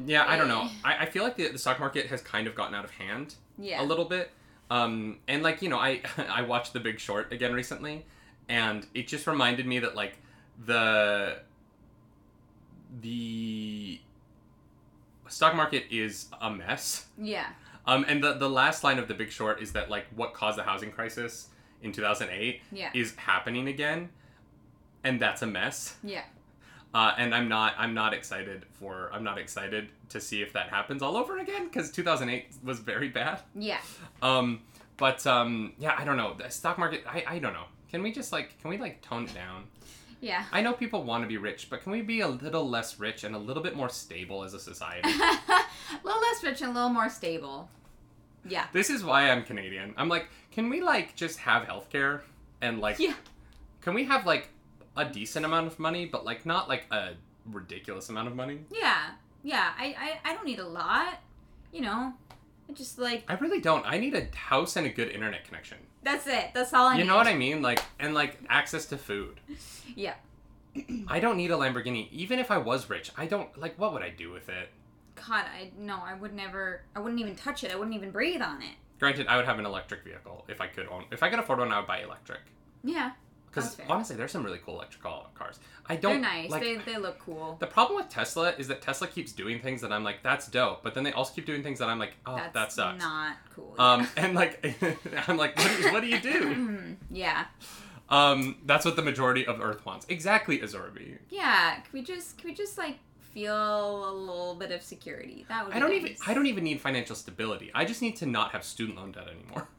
S1: yeah i don't know
S2: Eh.
S1: i, I feel like the, the stock market has kind of gotten out of hand
S2: Yeah.
S1: a little bit um and like you know i i watched the big short again recently and it just reminded me that like the the stock market is a mess
S2: Yeah.
S1: Um, and the, the last line of The Big Short is that like what caused the housing crisis in 2008
S2: Yeah.
S1: is happening again, and that's a mess.
S2: Yeah.
S1: Uh, and I'm not I'm not excited for I'm not excited to see if that happens all over again because 2008 was very bad.
S2: Yeah.
S1: Um, but um, yeah, I don't know the stock market. I, I don't know. Can we just like can we like tone it down?
S2: Yeah.
S1: I know people want to be rich, but can we be a little less rich and a little bit more stable as a society?
S2: a little less rich and a little more stable. Yeah.
S1: This is why I'm Canadian. I'm like, can we like just have healthcare and like,
S2: Yeah.
S1: can we have like a decent amount of money, but like not like a ridiculous amount of money?
S2: Yeah. Yeah. I, I, I don't need a lot. You know, I just like,
S1: I really don't. I need a house and a good internet connection.
S2: that's it. That's all I need.
S1: You know what I mean? Like, and like access to food.
S2: Yeah.
S1: I don't need a Lamborghini. Even if I was rich, I don't like. What would I do with it?
S2: God, I, no, I would never, I wouldn't even touch it. I wouldn't even breathe on it.
S1: Granted, I would have an electric vehicle if I could own. If I could afford one, I would buy electric.
S2: Yeah.
S1: Because
S2: That's fair.
S1: honestly, there's some really cool electric cars cars. I
S2: They're
S1: don't
S2: nice.
S1: like
S2: they, they look cool.
S1: the problem with Tesla is that Tesla keeps doing things that I'm like, that's dope, but then they also keep doing things that I'm like, oh,
S2: That's
S1: that sucks.
S2: not cool.
S1: um, and like, I'm like, what do, what do you do?
S2: yeah.
S1: Um, that's what the majority of Earth wants. Exactly, Azorbi.
S2: Yeah. Can we just can we just like feel a little bit of security? That would. Be
S1: I don't
S2: nice.
S1: even I don't even need financial stability. I just need to not have student loan debt anymore.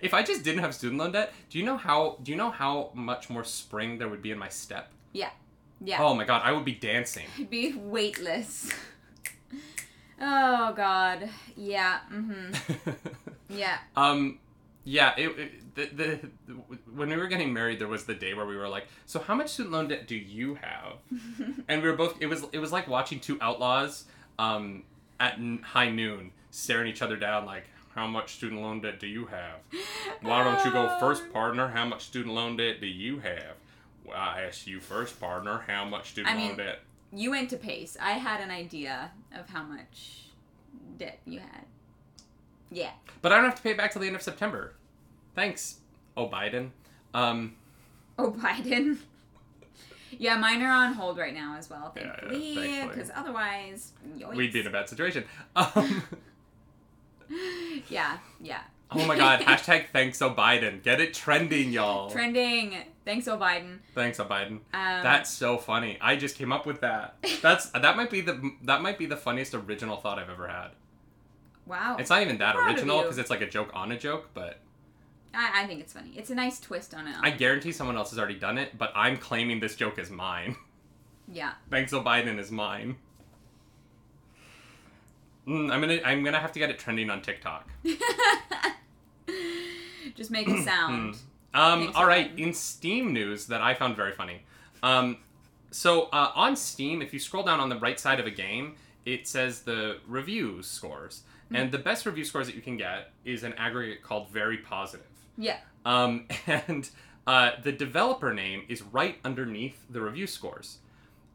S1: If I just didn't have student loan debt, do you know how do you know how much more spring there would be in my step?
S2: Yeah. Yeah.
S1: Oh my god, I would be dancing.
S2: It'd be weightless. oh God. Yeah. Mm-hmm. Yeah.
S1: um yeah, it, it- the, the, the when we were getting married there was the day where we were like, "So how much student loan debt do you have?" and we were both it was it was like watching two outlaws um at n- high noon staring each other down like, "How much student loan debt do you have?" Why don't you
S2: Um.
S1: go first, partner? How much student loan debt do you have? Well, I asked you first, partner. How much student
S2: I
S1: loan
S2: mean-
S1: debt?
S2: You went to Pace. I had an idea of how much debt you had. Yeah.
S1: But I don't have to pay it back till the end of September. Thanks, oh Biden. Um,
S2: Oh, Biden. Yeah, mine are on hold right now as well,
S1: Yeah, yeah,
S2: thankfully,
S1: thankfully.
S2: because otherwise, yoinks.
S1: we'd be in a bad situation. Um,
S2: Yeah, yeah.
S1: oh my God! Hashtag thanks, oh Biden. Get it trending, y'all.
S2: Trending. Thanks, oh Biden.
S1: thanks, oh Biden.
S2: Um,
S1: That's so funny. I just came up with that. That's that might be the that might be the funniest original thought I've ever had.
S2: wow.
S1: It's not even that
S2: Proud of
S1: original
S2: you.
S1: because it's like a joke on a joke, but
S2: I, I think it's funny. It's a nice twist on it.
S1: I guarantee someone else has already done it. But I'm claiming this joke is mine.
S2: yeah.
S1: Thanks, oh Biden is mine. Mm, I'm gonna I'm gonna have to get it trending on TikTok.
S2: Just make
S1: Hmm.
S2: a sound.
S1: Um,
S2: Thanks,
S1: all
S2: oh
S1: right,
S2: Biden.
S1: in Steam news that I found very funny. Um, so uh, on Steam, if you scroll down on the right side of a game, it says the review scores, and the best review scores that you can get is an aggregate called very positive.
S2: yeah.
S1: Um, and uh, the developer name is right underneath the review scores.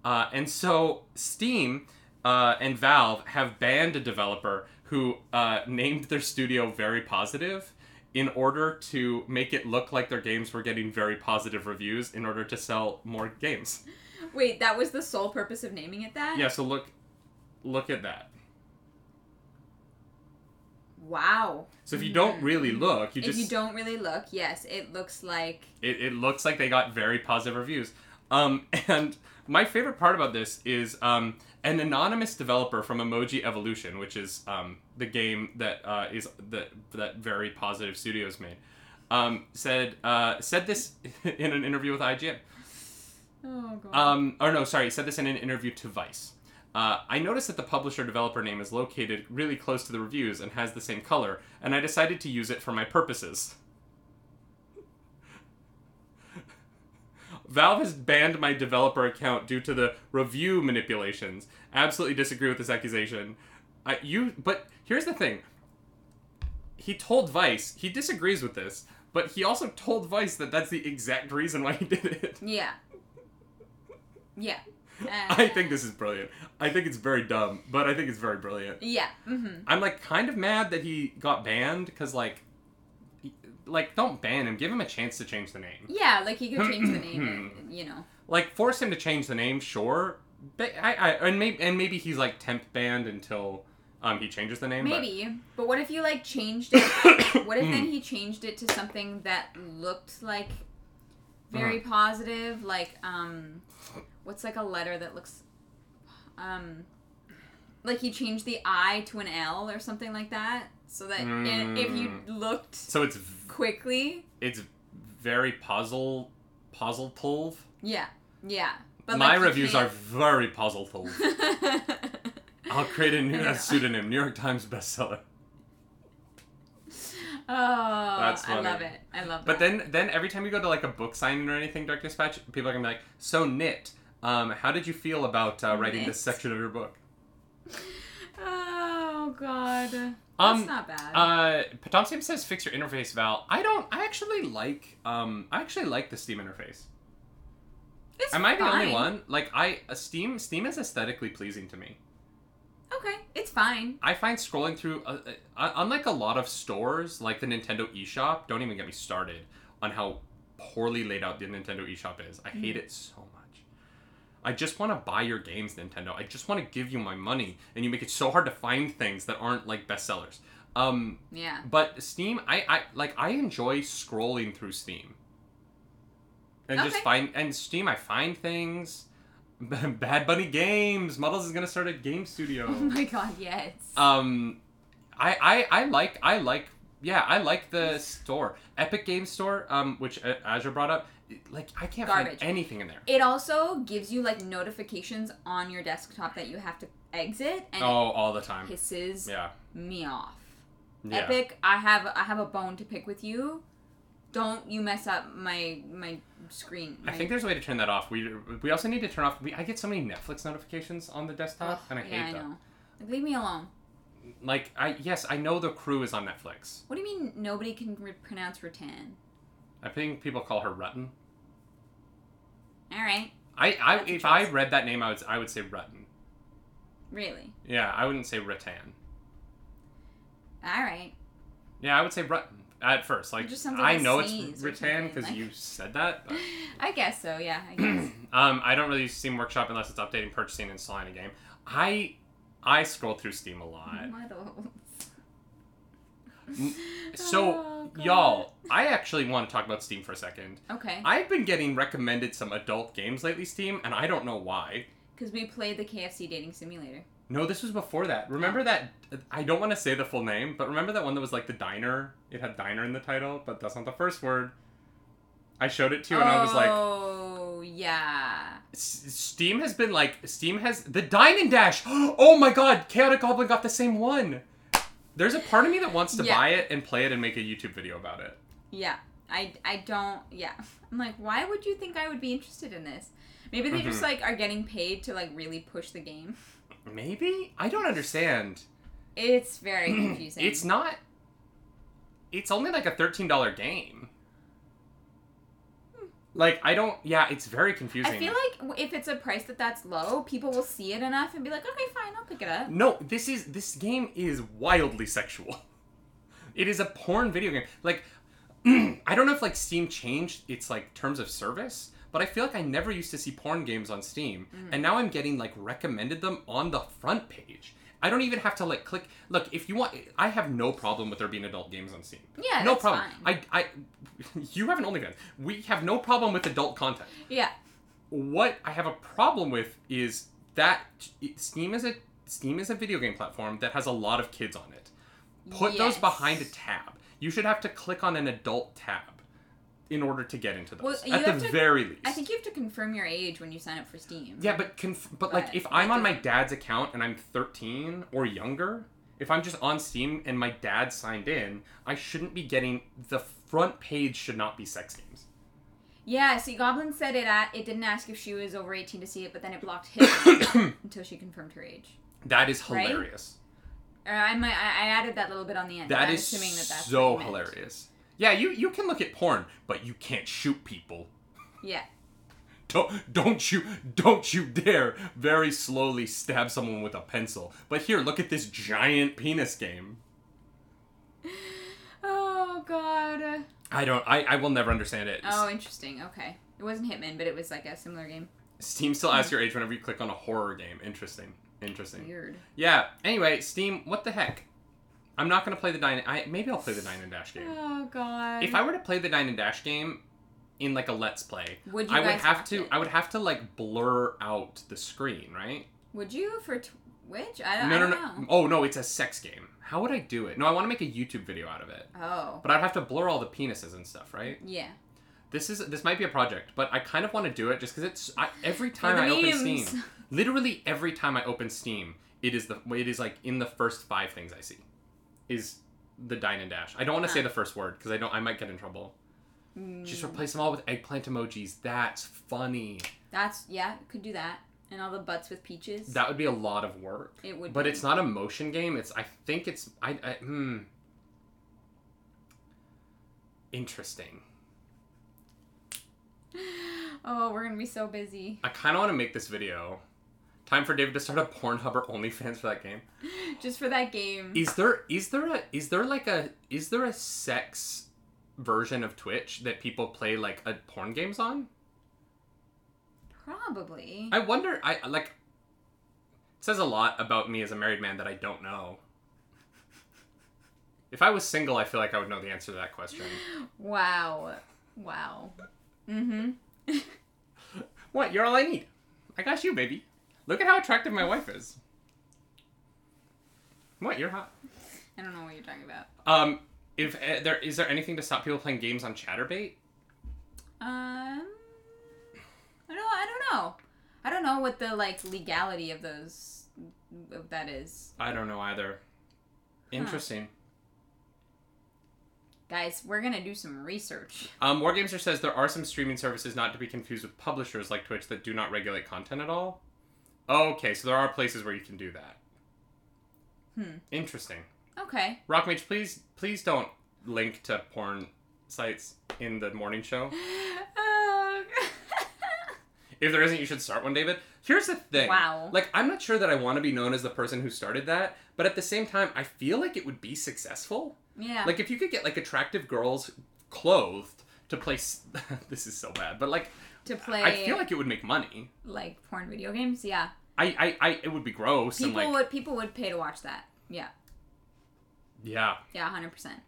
S1: Uh, and so Steam uh, and Valve have banned a developer who uh, named their studio Very Positive in order to make it look like their games were getting very positive reviews in order to sell more games.
S2: Wait, that was the sole purpose of naming it that?
S1: Yeah, so look look at that.
S2: Wow.
S1: So if you don't really look, you
S2: if
S1: just
S2: you don't really look, yes, it looks like.
S1: it, it looks like they got very positive reviews. Um, and my favorite part about this is um, an anonymous developer from Emoji Evolution, which is um, the game that uh, is that that very positive studios made, um, said uh, said this in an interview with IGN.
S2: Oh, God.
S1: Um, or no, sorry, said this in an interview to Vice. Uh, I noticed that the publisher developer name is located really close to the reviews and has the same color, and I decided to use it for my purposes. Valve has banned my developer account due to the review manipulations. Absolutely disagree with this accusation. I, you, but here's the thing. He told Vice he disagrees with this, but he also told Vice that that's the exact reason why he did it.
S2: yeah. Yeah. Uh,
S1: I think this is brilliant. I think it's very dumb, but I think it's very brilliant.
S2: Yeah. Mm-hmm.
S1: I'm like kind of mad that he got banned because like, he- like don't ban him. Give him a chance to change the name.
S2: Yeah, like he could change the name, and, you know.
S1: Like force him to change the name, sure. But I, I and maybe and maybe he's like temp banned until um he changes the name. but-
S2: Maybe, but what if you like changed it? what if
S1: Mm.
S2: then he changed it to something that looked like very
S1: Uh-huh.
S2: positive, like um, what's like a letter that looks, um, like he changed the I to an L or something like that, so that i if you
S1: Mm.
S2: looked
S1: so it's v-
S2: quickly,
S1: it's very puzzle puzzle tolve.
S2: yeah, yeah.
S1: My
S2: like, you
S1: reviews are
S2: can't-
S1: very puzzle tolve. I'll create a new
S2: I don't know.
S1: pseudonym, New York Times bestseller.
S2: oh, That's I
S1: funny.
S2: love it. I love
S1: But
S2: that.
S1: then, then every time you go to like a book signing or anything, Dark Dispatch, people are gonna be like, "So Knit, um, how did you feel about uh, writing
S2: Knit.
S1: this section of your book?"
S2: Oh God, that's
S1: Um,
S2: not bad.
S1: Uh, Tom Sam says, "Fix your interface, Val." I don't. I actually like. Um, I actually like the Steam interface.
S2: It's
S1: Am I the only
S2: fine.
S1: one? Like, I uh, Steam. Steam is aesthetically pleasing to me.
S2: Okay, it's fine.
S1: I find scrolling through, uh, uh, unlike a lot of stores, like the Nintendo eShop. Don't even get me started on how poorly laid out the Nintendo eShop is. I hate it so much. I just want to buy your games, Nintendo. I just want to give you my money, and you make it so hard to find things that aren't like bestsellers. Um,
S2: Yeah.
S1: but Steam, I, I like I enjoy scrolling through Steam. And just
S2: Okay.
S1: find and Steam, I find things. Bad Bunny Games. Muddles is gonna start a game studio.
S2: Oh my god, yes.
S1: um, I, I I like I like yeah I like the store Epic Game Store um which uh, Azure brought up like I can't
S2: Garbage.
S1: find anything in there.
S2: it also gives you like notifications on your desktop that you have to exit and
S1: Oh, all the
S2: it
S1: time.
S2: pisses
S1: Yeah.
S2: me off.
S1: Yeah.
S2: Epic, I have I have a bone to pick with you. Don't you mess up my my screen.
S1: I
S2: my-
S1: think there's a way to turn that off. We we also need to turn off. We, I get so many Netflix notifications on the desktop,
S2: Ugh,
S1: and I hate
S2: yeah, I
S1: them.
S2: know. Like, leave me alone.
S1: Like I yes, I know the crew is on Netflix.
S2: What do you mean nobody can re- pronounce rattan?
S1: I think people call her Rutten.
S2: All right,
S1: I, I
S2: That's a
S1: if I
S2: choice.
S1: read that name, I would I would say Rutten.
S2: really?
S1: Yeah, I wouldn't say Rattan.
S2: All right.
S1: Yeah, I would say Rutten at first. Like
S2: It just sounds like
S1: I
S2: a
S1: know
S2: sneeze
S1: it's
S2: or
S1: Rattan
S2: something,
S1: because
S2: like-
S1: you said that. but-
S2: I guess so. Yeah, I guess.
S1: um, I don't really use Steam Workshop unless it's updating, purchasing, and installing a game. I I scroll through Steam a
S2: Oh
S1: lot.
S2: Muddles.
S1: M- So
S2: Oh, God.
S1: y'all, I actually want to talk about Steam for a second.
S2: Okay,
S1: I've been getting recommended some adult games lately, Steam, and I don't know why.
S2: because we played the KFC dating simulator.
S1: No, this was before that. Remember that? I don't want to say the full name, but remember that one that was like the diner? It had diner in the title, but that's not the first word. I showed it to you, and I was like,
S2: "Oh yeah."
S1: S- Steam has been like, Steam has the dine and dash. Oh my god, Chaotic Goblin got the same one. There's a part of me that wants to
S2: Yeah.
S1: buy it and play it and make a YouTube video about it.
S2: Yeah. I, I don't yeah. I'm like, why would you think I would be interested in this? Maybe they just
S1: Mhm.
S2: like are getting paid to like really push the game.
S1: Maybe? I don't understand.
S2: It's very confusing.
S1: It's not. It's only like a thirteen dollar game. Like I don't. Yeah, it's very confusing.
S2: I feel like w- if it's a price that that's low, people will see it enough and be like, okay, fine, I'll pick it up.
S1: no, this is this game is wildly sexual. It is a porn video game. Like I don't know if like Steam changed its like terms of service, but I feel like I never used to see porn games on Steam,
S2: Mm.
S1: and now I'm getting like recommended them on the front page. I don't even have to like click. Look, if you want, I have no problem with there being adult games on Steam.
S2: Yeah,
S1: no
S2: that's
S1: problem.
S2: fine.
S1: I, I, you have an OnlyFans. We have no problem with adult content.
S2: yeah.
S1: What I have a problem with is that Steam is a Steam is a video game platform that has a lot of kids on it. Put those
S2: Yes.
S1: behind a tab. You should have to click on an adult tab in order to get into
S2: Well,
S1: those.
S2: you
S1: at the
S2: have to-
S1: very least.
S2: I think you have to confirm your age when you sign up for Steam.
S1: Yeah, but conf- but like
S2: But
S1: if I'm
S2: that
S1: on my
S2: doesn't-
S1: dad's account and I'm 13 or younger, if I'm just on Steam and my dad signed in, I shouldn't be getting the front page should not be sex games.
S2: Yeah, see Goblin said it at it didn't ask if she was over eighteen to see it, but then it blocked him until she confirmed her age.
S1: That is
S2: Right?
S1: hilarious.
S2: Uh, I might I, I added that little bit on the end. but
S1: That
S2: I'm
S1: is
S2: assuming that that's
S1: so
S2: what you meant.
S1: hilarious. Yeah, you you can look at porn, but you can't shoot people.
S2: Yeah.
S1: Don't don't you don't you dare very slowly stab someone with a pencil. But here, look at this giant penis game.
S2: Oh god.
S1: I don't I, I will never understand it.
S2: Oh, interesting. Okay. It wasn't Hitman, but it was like a similar game.
S1: Steam still
S2: Mm.
S1: asks your age whenever you click on a horror game. Interesting. Interesting.
S2: Weird.
S1: Yeah. Anyway, Steam, what the heck? I'm not gonna play the Dine. I maybe I'll play the Dine and Dash game.
S2: Oh god.
S1: If I were to play the Dine and Dash game in like a Let's Play,
S2: Would you
S1: I would
S2: guys
S1: have
S2: watch
S1: to.
S2: it?
S1: I would have to like blur out the screen, right?
S2: would you for Twitch? Uh, I don't,
S1: no, no,
S2: I don't
S1: no.
S2: know.
S1: Oh no, it's a sex game. How would I do it? No, I want to make a YouTube video out of it,
S2: Oh.
S1: but I'd have to blur all the penises and stuff, right?
S2: Yeah.
S1: This is this might be a project, but I kind of want to do it just because it's I, every time
S2: the
S1: I open
S2: memes.
S1: Steam, literally every time I open Steam, it is the it is like in the first five things I see, is the dine and dash. I don't want to say the first word because I don't I might get in trouble.
S2: Mm,
S1: Just replace them all with eggplant emojis. That's funny.
S2: That's yeah, could do that. And all the butts with peaches.
S1: That would be a lot of work.
S2: It would
S1: But
S2: be.
S1: it's not a motion game. It's I think it's I, I hmm. Interesting.
S2: oh, we're gonna be so busy.
S1: I kind of want to make this video. Time for David to start a Pornhub or OnlyFans for that game.
S2: Mm-hmm. Just for that game.
S1: Is there is there a is there like a is there a sex uh, version of Twitch that people play like a porn games on?
S2: Probably.
S1: I wonder. I like. It says a lot about me as a married man that I don't know. If I was single, I feel like I would know the answer to that question.
S2: Wow. Wow. Mm-hmm.
S1: What? You're all I need. I got you, baby. Look at how attractive my wife is. What? You're hot.
S2: I don't know what you're talking about.
S1: Um, if uh, there is there anything to stop people playing games on ChatterBait?
S2: Um, I don't. I don't know. I don't know what the like legality of those of that is,
S1: I don't know either. Interesting.
S2: guys. We're gonna do some research.
S1: Um, Wargamester says there are some streaming services not to be confused with publishers like Twitch that do not regulate content at all. Okay, so there are places where you can do that.
S2: Hmm.
S1: Interesting.
S2: Okay.
S1: Rockmage, please, please don't link to porn sites in the morning show.
S2: Oh.
S1: If there isn't, you should start one, David. Here's the thing.
S2: Wow.
S1: Like, I'm not sure that I want to be known as the person who started that, but at the same time, I feel like it would be successful.
S2: yeah.
S1: Like, if you could get like attractive girls clothed to play, s- this is so bad, but like,
S2: to play
S1: I feel like it would make money.
S2: like porn video games. Yeah.
S1: I, I, I it would be gross
S2: People
S1: and like,
S2: would people would pay to watch that. Yeah.
S1: yeah.
S2: Yeah. Hundred percent.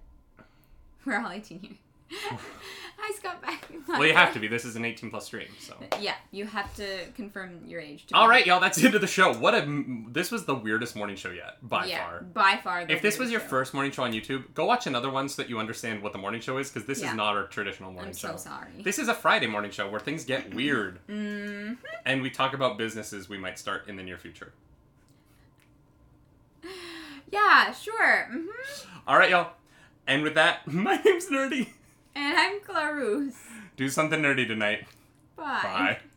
S2: We're all eighteen here. I just got back.
S1: Well, you have to be. This is an 18 plus stream, so.
S2: Yeah, you have to confirm your age. To
S1: All
S2: be-
S1: right, y'all. That's the end of the show. What a m- this was the weirdest morning show yet by
S2: yeah,
S1: far.
S2: by far. the
S1: If this was
S2: weirdest
S1: your
S2: show.
S1: first morning show on YouTube, go watch another one so that you understand what the morning show is because this
S2: Yeah.
S1: is not our traditional morning
S2: I'm
S1: show.
S2: so sorry.
S1: This is a Friday morning show where things get weird
S2: mm,
S1: and we talk about businesses we might start in the near future.
S2: yeah, sure. hmm
S1: All right, y'all. And with that, my name's Nerdy.
S2: And I'm Clarus.
S1: Do something nerdy tonight.
S2: Bye.
S1: Bye.